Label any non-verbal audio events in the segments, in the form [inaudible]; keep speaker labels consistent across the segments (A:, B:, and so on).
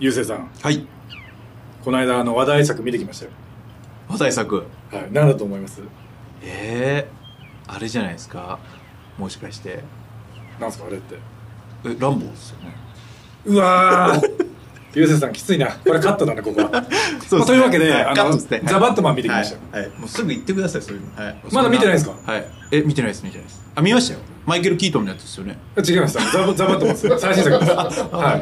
A: ゆうせいさん、
B: はい。
A: この間、あの、話題作見てきましたよ。
B: 話題作。
A: はい。何だと思います
B: ええあれじゃないですか。もしかして。
A: なんすか、あれって。
B: え、ランボーですよね。
A: うわ
B: [laughs]
A: ーゆうせいさん、きついな。これカットだな、ここは。
B: そ
A: まあというわけであの
B: カットですね
A: ザバットマン見てきましたよ
B: はい。はいもうすぐ行ってください、そういうの。はい。
A: まだ見てないんですか
B: はい。え、見てないです、見てないです。あ、見ましたよ。マイケル・キートンのやつですよね。
A: 違いました。ザバザバッと
B: [laughs]
A: ます。最新作です。は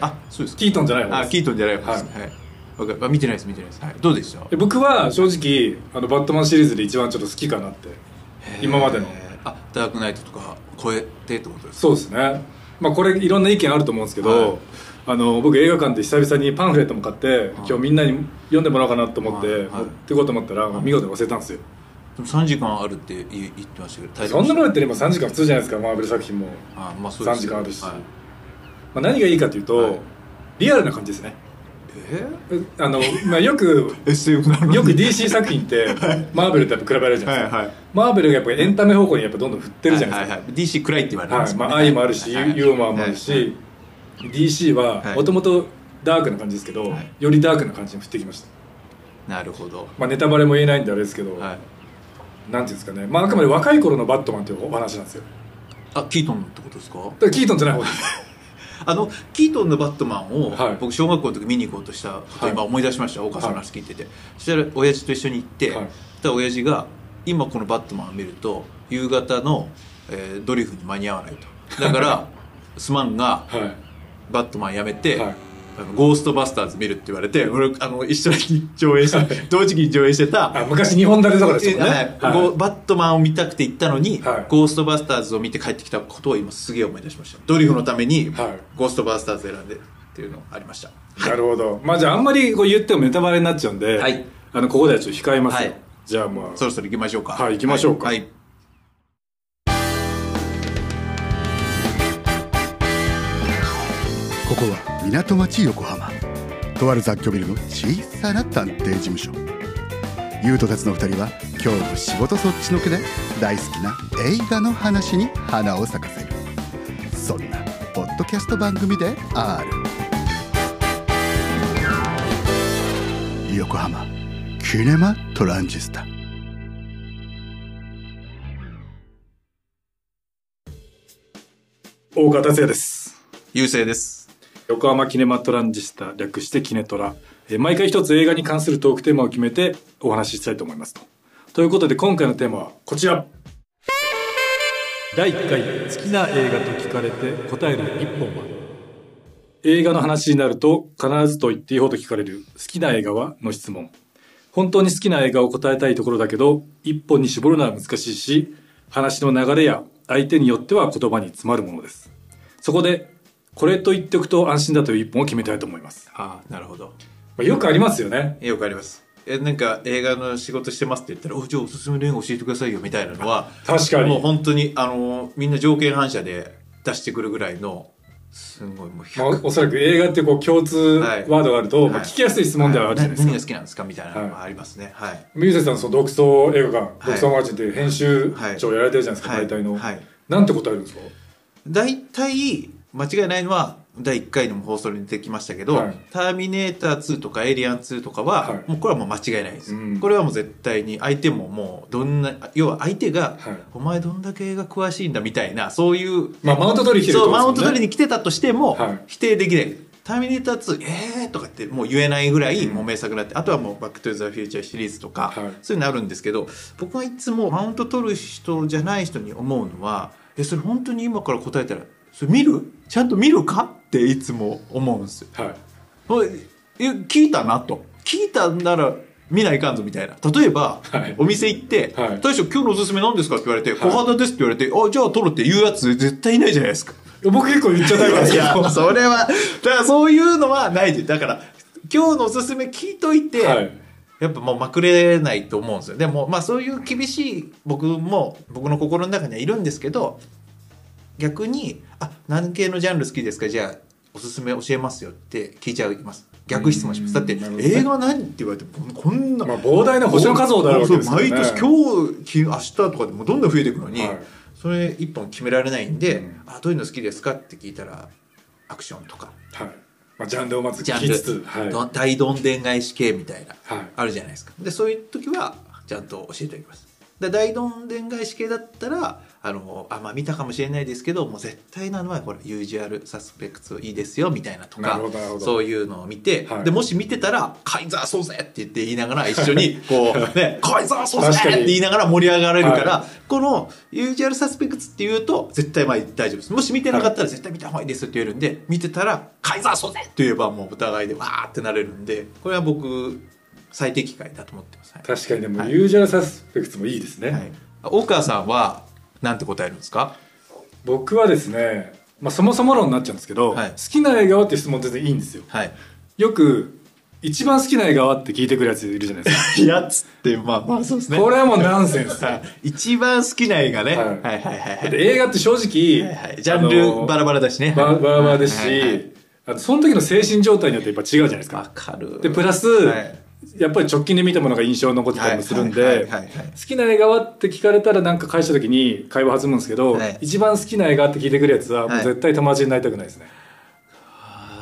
B: あ、そうです
A: い。
B: か。
A: キートンじゃない方
B: あ、
A: です。
B: キートンじゃない方ですね。はい。わかるあ見てないです、見てないです。はい。どうでした
A: で僕は正直あのバットマンシリーズで一番ちょっと好きかなって今までの
B: えーあ、ダークナイトとか超えてってことですか
A: そうですねまあこれいろんな意見あると思うんですけど、
B: はい
A: あの僕映画館で久々にパンフレットも買って今日みんなに読んでもらおうかなと思って、
B: はいはい
A: 持ってこうと思ったら、見事に忘れたんですよ
B: でも3時間あるって言い言ってましたけど、
A: そんなも
B: の
A: のやってれば3時間普通じゃないですかマーベル作品も、
B: あ、まあそうです
A: 3時間あるし
B: はい
A: まあ、何がいいかというと、
B: はい
A: リアルな感じですね
B: え
A: あの、まあ、よく
B: SF なの
A: よく DC 作品ってマーベルとやっぱ比べられるじゃないですか、
B: はいはい
A: マーベルがやっぱエンタメ方向にやっぱどんどん振ってるじゃないですか、
B: はいはいはい、DC 暗いって言われて
A: はいまあ、愛もあるし、ユーモアもあるし、
B: はい
A: DC は
B: はい
A: もともとダークな感じですけど、
B: はい
A: よりダークな感じに降ってきました、
B: なるほど、
A: まあ、ネタバレも言えないんであれですけど、
B: はい、
A: なんていうんですかね、まあ、あくまで若い頃のバットマンというお話なんですよ
B: あキートンってことですか
A: だからキートンじゃない方です
B: あのキートンのバットマンを、
A: はい
B: 僕小学校の時見に行こうとしたことを
A: は
B: 今
A: い
B: 思い出しました、お母さんの話聞いてて、そしたら親父と一緒に行って、
A: はい
B: そしたら親父が今このバットマンを見ると夕方の、えードリフに間に合わないとだからすまんが
A: はい
B: バットマンやめて、
A: はい
B: あのゴーストバスターズ見るって言われて俺あの一緒に上映した同時期に上映してた
A: あ昔日本だれとかですもんね、
B: はいゴーバットマンを見たくて行ったのに、
A: はい
B: ゴーストバスターズを見て帰ってきたことを今すげえ思い出しましたドリフのために、
A: はい
B: ゴーストバスターズ選んでっていうのありました
A: なるほどまあじゃああんまりこう言ってもネタバレになっちゃうんで、
B: はい
A: あのここではちょっと控えますよ、
B: はい
A: じゃあまあ
B: そろそろ行きましょうか
A: はい行きましょうか
B: はい、はい
C: ここは港町横浜とある雑居ビルの小さな探偵事務所優斗たちの2人は今日も仕事そっちのけで大好きな映画の話に花を咲かせるそんなポッドキャスト番組である横浜キネマトランジスタ
A: 大川達也です
B: 優勢です
A: 横浜キネマトランジスタ略してキネトラえー毎回一つ映画に関するトークテーマを決めてお話ししたいと思いますとということで今回のテーマはこちら第1回好きな映画と聞かれて答える1本は映画の話になると必ずと言っていいほど聞かれる好きな映画はの質問本当に好きな映画を答えたいところだけど1本に絞るのは難しいし話の流れや相手によっては言葉に詰まるものですそこでこれと言っておくと安心だという一本を決めたいと思います、
B: ああなるほど
A: まあ、よくありますよね
B: よくありますえなんか映画の仕事してますって言ったら「おじゃあおすすめの映画教えてくださいよ」みたいなのは
A: 確かに
B: もう本当にあのみんな条件反射で出してくるぐらいのすごいもう100
A: まあ、おそらく映画ってこう共通
B: はい
A: ワードがあると、
B: はい
A: まあ、聞きやすい質問ではあるじゃないですか、
B: 何が好きなんですかみたいなのがありますねはい、
A: ミューゼさんその独創映画館、
B: い
A: 独創マーチンっていう編集長やられてるじゃないですか、
B: はい
A: 大体の、
B: はい
A: なんて答えるんですか
B: 大体間違いないのは第1回の放送に出てきましたけど「
A: はい
B: ターミネーター2」とか「エイリアン2」とかは、
A: はい
B: もうこれはもう間違いないです、
A: うん
B: これはもう絶対に相手ももうどんな要は相手が、
A: はい
B: お前どんだけ映画詳しいんだ」みたいなそういう、
A: まあマウント取り来てる
B: そう
A: って
B: マウ
A: こ
B: ン
A: と
B: ト
A: ですもん
B: 取
A: ね
B: りに来てたとしても、
A: はい
B: 否定できない「ターミネーター2」えーとかってもう言えないぐらいもう名作になって、あとはもう「バック・トゥ・ザ・フューチャー」シリーズとか、
A: はい
B: そういうのあるんですけど僕はいつもマウント取る人じゃない人に思うのは「えそれ本当に今から答えたらそれ見るちゃんと見るか?」っていつも思うんですよ。
A: はい
B: おいえ聞いたなと聞いたんなら見ないかんぞみたいな例えば、
A: はい
B: お店行って、
A: はい
B: 大将今日のおすすめ何ですか?」って言われて「
A: はい
B: 小肌です」って言われて「あじゃあ取る」って言うやつ絶対いないじゃないですか。
A: 僕結構言っちゃうタイプなんです
B: い
A: けど
B: や、それは、だからそういうのはないで、だから、今日のおすすめ聞いといて、
A: はい
B: やっぱもうまくれないと思うんですよ。でも、まあそういう厳しい僕も、僕の心の中にはいるんですけど、逆に、あ、何系のジャンル好きですかじゃあ、おすすめ教えますよって聞いちゃいます。逆質問します。だって、
A: なるほどね
B: 映画何って言われて、こんな。
A: まあ膨大な星の数ほどあるわけですからね
B: そう毎年、今日き、明日とかでもどんどん増えていくのに、
A: はい
B: それ一本決められないんで、
A: うん
B: あどういうの好きですかって聞いたらアクションとか
A: はいまあ、ジャンルをまず
B: ジ
A: 聞
B: ャ
A: きつつ
B: ンル、
A: はい
B: ど大どんでん返し系みたいな、
A: はい
B: あるじゃないですかでそういう時はちゃんと教えておきますで大どんでん返し系だったらあのあまあ見たかもしれないですけどもう絶対なのはこれユージュアルサスペクトいいですよみたいなと
A: な
B: か
A: るほどなるほど
B: そういうのを見て、
A: はい
B: でもし見てたら「カイザーそうぜ!」って言って言いながら一
A: [laughs]
B: 緒にこう「ね、カイザーそうぜ!」っ
A: 確かに
B: て言いながら盛り上がれるから、
A: は
B: このユージュアルサスペクツっていうと絶対まあ大丈夫ですもし見てなかったら絶対見た方がいいですって言えるんで見てたら「カイザーそうぜ!」って言えばもうお互いでわーってなれるんでこれは僕最適解だと思ってます、はい
A: 確かにでも、
B: はい
A: ユージュアルサスペクツもいいですね、
B: はい、大川さんはなんて答えるんですか
A: 僕はですね、まあ、そもそも論になっちゃうんですけど、
B: はい
A: 好きな映画はっていう質問全然いいんですよ
B: はい
A: よく一番好きな映画はって聞いてくるやついるじゃないですか
B: [laughs] いやつってまあまあそうです
A: これはもうナンセンス
B: 一番好きな映画ね、
A: はい
B: はいはいはいはい
A: で映画って正直、
B: はいはいジャンルバラバラだしね。
A: ラバラバラバラですし、
B: はいはいはい
A: あのその時の精神状態によってやっぱ違うじゃないです
B: わ
A: か
B: かる。
A: でプラス、
B: はい
A: やっぱり直近で見たものが印象に残ってたりもするん
B: はいは
A: で
B: いはいはいはい
A: 好きな映画はって聞かれたらなんか返した時に会話弾むんですけど、
B: はい
A: 一番好きな映画って聞いてくるやつはもう
B: はい
A: 絶対友達になりたくないですね、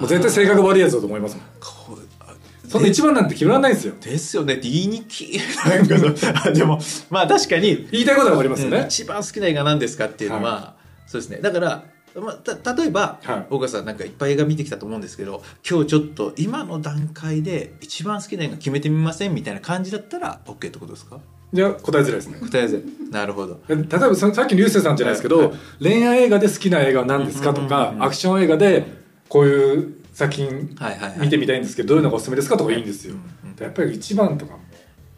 A: もう絶対性格悪いやつだと思いますもん
B: こうあ
A: そんな一番なんて決まらないんですよ
B: ですよね。って言い [laughs] にき。なんかそうでもまあ確かに、
A: 言いたいことはわかりますよ
B: うん
A: ね、
B: 一番好きな映画なんですかっていうのは、そうですね。だから。まあ、た例えば、
A: はい
B: 大川さんなんかいっぱい映画見てきたと思うんですけど今日ちょっと今の段階で一番好きな映画決めてみませんみたいな感じだったら OK ってことですか
A: じゃあ答えづらいですね
B: 答えずなるほど
A: 例えばささっき流星さんじゃないですけど、
B: はいは
A: 恋愛映画で好きな映画は何ですかとか、
B: うんうんうんうん
A: アクション映画でこういう作品
B: はいはいはい
A: 見てみたいんですけど、どういうのがおすすめですかとかいいんですよ、
B: うんうん
A: やっぱり一番とかも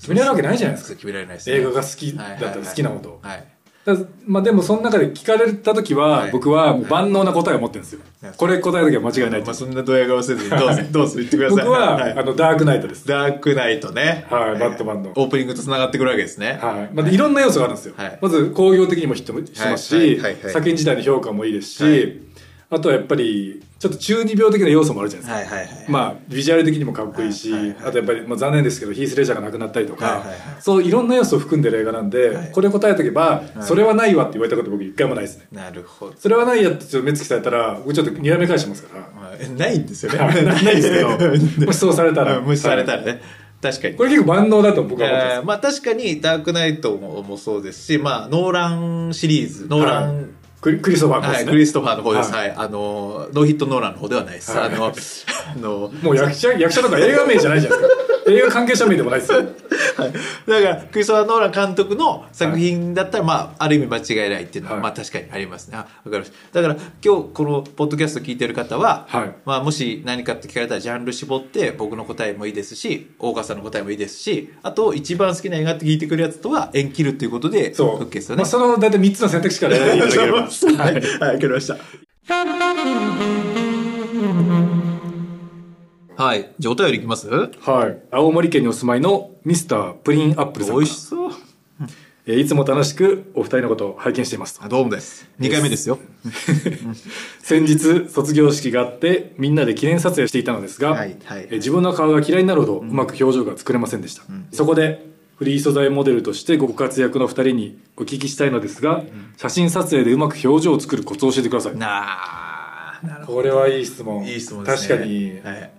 A: 決められるわけないじゃないですか
B: 決められないです、ね、
A: 映画が好きだ
B: はい
A: っ
B: はいはい
A: たら好きなことを
B: はい
A: だからまあでもその中で聞かれた時は、
B: はい
A: 僕はもう万能な答えを持ってるんですよ、
B: はい
A: これ答える時は間違いないと
B: まあ、そんなドヤ顔せ
A: [laughs]
B: ずにどうぞどうぞ言ってください
A: 僕は、
B: い
A: あのダークナイトです
B: ダークナイトね
A: はいバットマンの
B: オープニングとつながってくるわけですね
A: はいまあ、いろんな要素があるんですよ、
B: はい
A: まず工業的にもヒットもしてますし、
B: はいはいはいはい
A: 作品自体の評価もいいですし、
B: はい
A: あとはやっぱりちょっと中二病的な要素もあるじゃないですか、
B: はいはいはい
A: まあ、ビジュアル的にもかっこいいし、
B: はいはいはい
A: あとやっぱり、まあ、残念ですけどヒース・レジャーが亡くなったりとか、
B: はいはいはい
A: そういろんな要素を含んでる映画なんで、
B: はい
A: これ答えとけば、
B: い
A: それはないわって言われたこと僕一回もないですね
B: なるほど
A: それはないやってちょっと目つきされたら僕ちょっと睨み返してますから
B: まあえないんですよね
A: ないです
B: [laughs]
A: け [laughs] どもしそうされたら
B: うん無視されたらね、確かに
A: これ結構万能だと僕は思ってます
B: えーまあ確かにダークナイトももそうですしまあノーランシリーズノーラン、
A: はいクリクリストファーの方で
B: は
A: す
B: い、
A: ね、
B: クリストファーの方です。
A: は
B: はい。あの、ノーヒットノーランの方ではないです。
A: はい
B: あの、あの、
A: もう役者役者とか映画名じゃないじゃないですか映画関係者名でもないですよ
B: はいだからクリストファー・ノーラン監督の作品だったら、まあ、ある意味間違いないっていうのは、
A: はい
B: まあ確かにありますねあわかりましただから今日このポッドキャスト聞いてる方は、
A: はい
B: まあ、もし何かって聞かれたらジャンル絞って僕の答えもいいですし大川さんの答えもいいですしあと一番好きな映画って聞いてくるやつとは縁切るっていうことで
A: そう
B: OK ですよね。
A: まあ、その大体3つの選択肢から選んでいただければ
B: [laughs] そう [laughs] はい、はい、わかりました。はい、じゃあお便りいきます
A: はい青森県にお住まいのミスタープリンアップルさんか
B: 美
A: ら
B: 味しそう。
A: えーいつも楽しくお二人のことを拝見しています
B: あどうもです。2回目ですよ。
A: [laughs] 先日卒業式があってみんなで記念撮影していたのですが、
B: はいはい
A: えー自分の顔が嫌いになるほどうまく表情が作れませんでした、そこでフリー素材モデルとしてご活躍の二人にお聞きしたいのですが、写真撮影でうまく表情を作るコツを教えてください
B: なあ、なるほ
A: これはいい質問
B: ど。いい質問ですね。
A: 確かに
B: はい、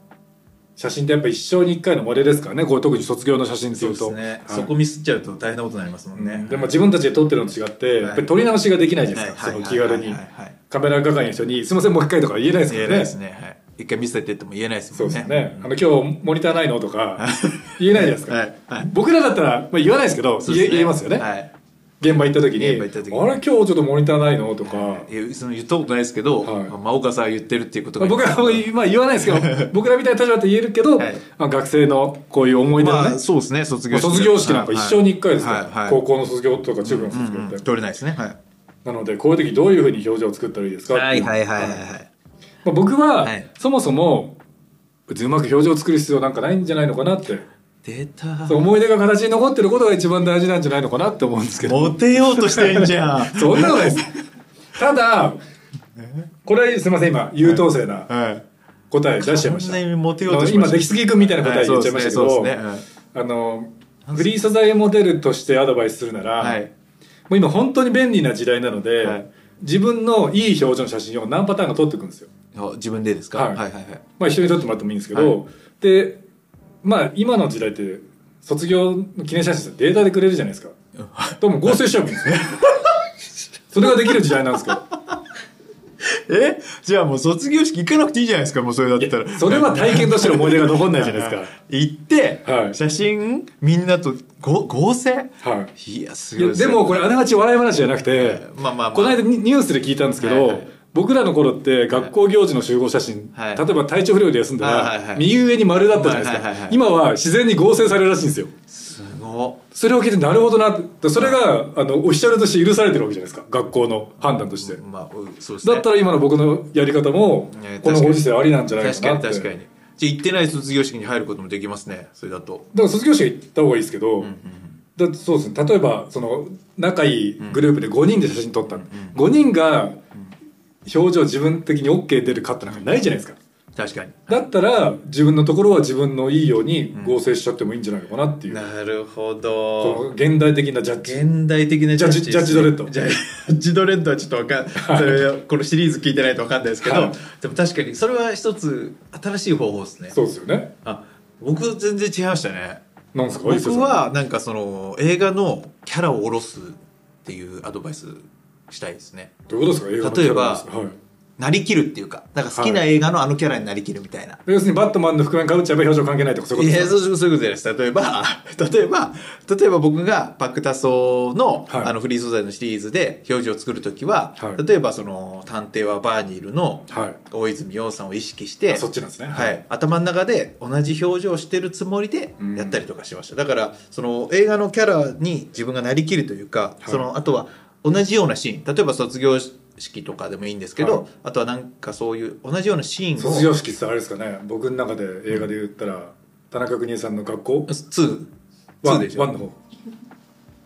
A: 写真ってやっぱ一生に一回のモデルですからねこう特に卒業の写真って
B: そ
A: いうう
B: です
A: と
B: ね、
A: はい
B: そこミスっちゃうと大変なことになりますもんね。
A: でも自分たちで撮ってるのと違って、やっぱり撮り直しができないじゃないですか、
B: はい
A: その気軽に、
B: はいはいはいはい
A: カメラ係の人に「すいませんもう一回」とか言えないです
B: 言
A: か
B: え
A: ら
B: ないで
A: ね
B: すね。はい。一回見せてっても言えないです
A: そ
B: も
A: うんで
B: ね。
A: すよね、あの今日モニターないのとか言えないじゃないですか、
B: はいはい
A: 僕らだったら、まあ、言わないですけど
B: そうで
A: 言え
B: ね
A: 言えますよね、
B: はい。
A: 現場行った時に「
B: 現場行った時に
A: あれ今日ちょっとモニターないの?」とか、
B: いやその言ったことないですけど、
A: はい
B: まあ岡さんが言ってるっていうこと
A: ま
B: が
A: あ僕らは、まあ、言わないですけ
B: [laughs]
A: ど僕らみたいな立場って言えるけど、
B: はい
A: まあ学生のこういう思い出のね、
B: まあ、そうですね卒業式
A: 卒業式なんか一生に一回ですよ、
B: はいはい
A: 高校の卒業とか中学の卒業って、
B: うんうん取れないですねはい
A: なのでこういう時どういうふうに表情を作ったらいいですか
B: はいはい
A: ってう
B: はい
A: のが
B: はいはい
A: まあ、僕は、
B: はい
A: そもそも別にうまく表情を作る必要なんかないんじゃないのかなって
B: 出た
A: そう思い出が形に残ってることが一番大事なんじゃないのかなって思うんですけ
B: [laughs]
A: ど
B: モテようとしてんじ
A: [laughs]
B: ゃん
A: そんなことないですただこれはすいません今優等生な
B: はい
A: 答え出しちゃいました、
B: 完全にモテようとし
A: 今
B: ました
A: 出来すぎ君みたいな答え言っちゃいましたけど、
B: はいそうですねそうです
A: あのフリー素材モデルとしてアドバイスするなら、
B: はい
A: もう今本当に便利な時代なので、
B: はい
A: 自分のいい表情の写真を何パターンか撮っていくんですよ
B: あ自分でですか、
A: はい
B: はいはいはい
A: まあ、人に撮ってもらってもいいんですけど、でまあ今の時代って卒業の記念写真ってデータでくれるじゃないですかでも合成しちゃうんです
B: [laughs]
A: ねそれができる時代なんですけど
B: えじゃあもう卒業式行かなくていいじゃないですかもうそれだったら
A: それは体験としての思い出が残んないじゃないです
B: 行って、
A: はい
B: 写真みんなとご合成
A: かはい
B: いやす
A: い
B: ごい
A: やでもこれあながち笑い話じゃなくて、
B: まあまあまあ
A: この間ニニュースで聞いたんですけ
B: は
A: ど、
B: いはい
A: 僕らの頃って学校行事の集合写真、
B: はい
A: 例えば体調不良で休んだら、
B: はいはいはい
A: 右上に丸だったじゃないですか、
B: はいはいはい
A: 今は自然に合成されるらしいんですよ
B: すご
A: それを聞いてなるほどなってそれが、あのオフィシャルとして許されてるわけじゃないですか学校の判断として、
B: いまあうそうですね
A: だったら今の僕のやり方も
B: いや
A: このご時世ありなんじゃない
B: 確
A: か
B: か
A: なって
B: に確かにじゃあ行ってない卒業式に入ることもできますねそれだと
A: だから卒業式は行った方がいいですけど、だそうですね例えばその仲いいグループで5人で写真撮った、5人が表情自分的に OK 出るかってなんかないじゃないですか
B: 確かに
A: だったら自分のところは自分のいいように合成しちゃってもいいんじゃないのかなっていう、
B: なる
A: こ
B: ほ
A: の
B: ど
A: 現代的なジャッジ
B: 現代的な
A: ジャッジジャッジドレッド
B: ジャッジドレッドはちょっとわかんそれこのシリーズ聞いてないとわかんないですけど、
A: はい
B: でも確かにそれは一つ新しい方法ですね
A: そうですよね
B: あ僕全然違いましたね
A: なんですか伊勢さん
B: 僕はなんかその映画のキャラを下ろすっていうアドバイスしたいですね
A: どういうことですか映画のキャラですかはい、
B: なりきるっていうかなんか好きな映画のあのキャラになりきるみたいな、
A: 要するにバットマンの覆面かぶっちゃえば表情関係ないとかそういう
B: い
A: ことで
B: や
A: すか
B: そうそうそういうことじゃないです例えば [laughs] 例えば例えば僕がパクタソーの,、
A: はい
B: あのフリー素材のシリーズで表示を作る時は、
A: はい
B: 例えばその「探偵はバーニール」の
A: はい
B: 大泉洋さんを意識して、
A: あそっちなんですね
B: はい頭の中で同じ表情をしてるつもりでやったりとかしました、だからその映画のキャラに自分がなりきるというか、
A: い
B: そのあとは同じようなシーン例えば卒業式とかでもいいんですけど、
A: はい
B: あとはなんかそういう同じようなシーンを
A: 卒業式ってあれですかね僕の中で映画で言ったら田中邦衛さんの学校
B: 2
A: ワン
B: でしょ
A: ワンの方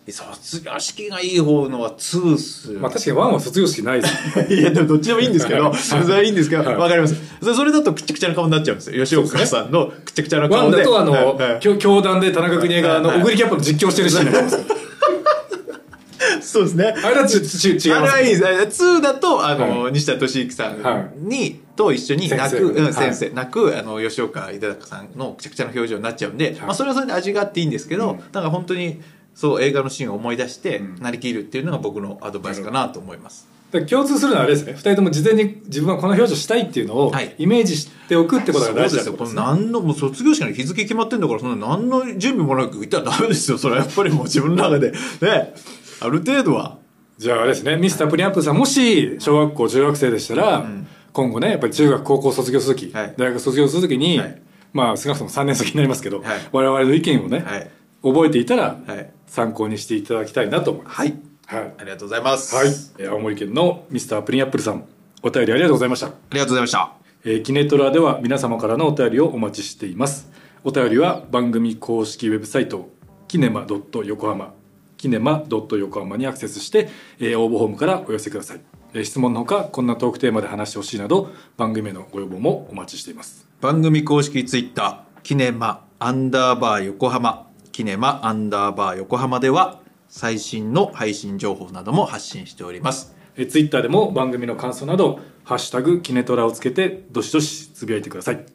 B: 卒業式がいい方のは2っすよ、
A: まあ確かにワンは卒業式ない
B: [laughs]
A: ですね
B: いやでもどっちでもいいんですけどそれはいいんですけど
A: はい
B: わかりますそれそれだとくちゃくちゃな顔になっちゃうんですよ吉岡さんのくちゃくちゃな
A: ワ
B: 顔
A: ン
B: で
A: だとあの、
B: はいはい
A: 教教団で田中邦衛があの、小栗キャップの実況してるシーンなんですよ
B: そうですね
A: あれだとちち違います
B: あれはいいです2だとあの、
A: は
B: 西田敏行さんに、
A: は
B: と一緒に泣く
A: 先生
B: うん先生
A: は
B: 泣くあの吉岡井孝さんのくちゃくちゃな表情になっちゃうんで、まあ、それはそれで味があっていいんですけど、なんか本当にそう映画のシーンを思い出して、なりきるっていうのが僕のアドバイスかなと思います
A: だから共通するのはあれですね二人とも事前に自分はこの表情したいっていうのを
B: はい
A: イメージしておくってことが大事だって
B: そう
A: ことで
B: で
A: すす
B: よ。
A: ね、
B: この何の、もう卒業式の日付決まってんだから、そんな何の準備もなく行ったらダメですよ。それはやっぱりもう自分の中で。ね。ある程度は。
A: じゃああれですねミスタープリンアップさんもし小学校中学生でしたら、今後ねやっぱり中学高校卒業する時、
B: はい
A: 大学卒業する時に、
B: はい
A: まあ少なくとも3年先になりますけど、
B: はい
A: 我々の意見をね、
B: はい
A: 覚えていたら、
B: はい
A: 参考にしていただきたいなと思います。
B: はい。
A: はい
B: ありがとうございます。
A: はい、えー青森県のミスタープリンアップルさんお便りありがとうございました、
B: ありがとうございました。
A: えーキネトラでは皆様からのお便りをお待ちしていますお便りは番組公式ウェブサイトキネマ横浜キネマ横浜にアクセスして、えー応募フォームからお寄せください、えー質問のほかこんなトークテーマで話してほしいなど番組へのご要望もお待ちしています
B: 番組公式ツイッター、キネマアンダーバー横浜、キネマアンダーバー横浜では、最新の配信情報なども発信しております。
A: えー、ツイッターでも番組の感想など「ハッシュタグキネトラ」をつけてどしどしつぶやいてください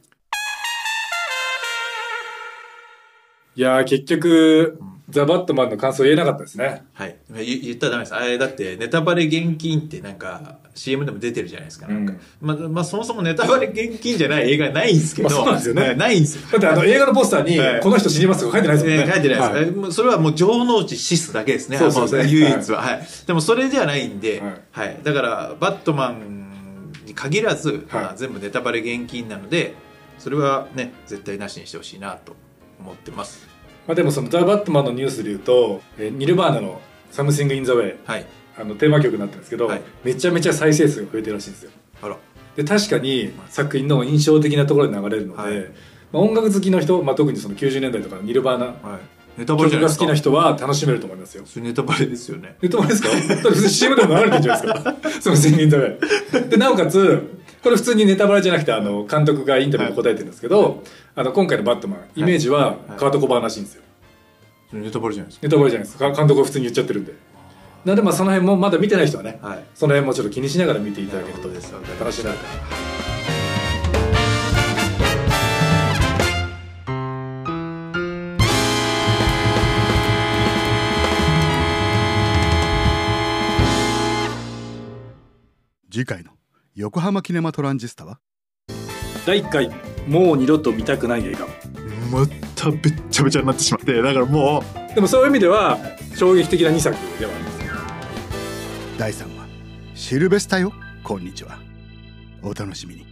A: いやー結局、ザ・バットマンの感想言えなかったですね
B: はい。言言ったらダメです。あれ、だって、ネタバレ現金ってなんか、CM でも出てるじゃないですか。なんか、まあ、まあ、そもそもネタバレ現金じゃない映画ないんですけど。
A: まあそうなんですよね
B: はいないんですよ。
A: だってあの映画のポスターに
B: はい
A: 「この人死にます」とか書いてないですもんね、
B: えー書いてないです、
A: は
B: えーもうそれはもう城之内シスだけですね
A: そうそうそう
B: あの唯一は、はいでもそれじゃないんで、
A: は
B: はいいだからバットマンに限らず、
A: はい
B: まあ全部ネタバレ現金なのでそれはね絶対なしにしてほしいなと思ってます
A: まあ、でもそのザ・バットマンのニュースで言うと、えーニルバーナの「サムシング・イン・ザ・ウェイ
B: はい」
A: あのテーマ曲になったんですけど、
B: はい
A: めちゃめちゃ再生数が増えてるらしいんですよ
B: あら
A: で確かに作品の印象的なところで流れるので、
B: はい
A: まあ、音楽好きの人、まあ、特にその90年代とかニルバーナ
B: はいネタバレじ
A: 曲
B: ゃないで
A: が
B: す
A: 好
B: か
A: きな人は楽しめると思いますよ。
B: それネタバレですよね
A: え、どうですかだって別に CM でも流れてるじゃないですか。その宣言食べ。で、なおかつ、これ普通にネタバレじゃなくて、あの、監督がインタビューで答えてるんですけど、あの、今回のバットマン、イメージはカート・コバーンらしいんですよ。
B: それネタバレじゃないです
A: ネタバレじゃないですか。か監督が普通に言っちゃってるんで。なんで、まあその辺もまだ見てない人はね、
B: かはい
A: その辺もちょっと気にしながら見ていただけると
B: です
A: 楽しいなと。
C: 次回の横浜キネマトランジスタは
A: 第1回もう二度と見たくない映画
B: またべっちゃべちゃになってしまってだからも
A: でもそういう意味では衝撃的な2作ではあります
C: 第3話シルベスタよこんにちはお楽しみに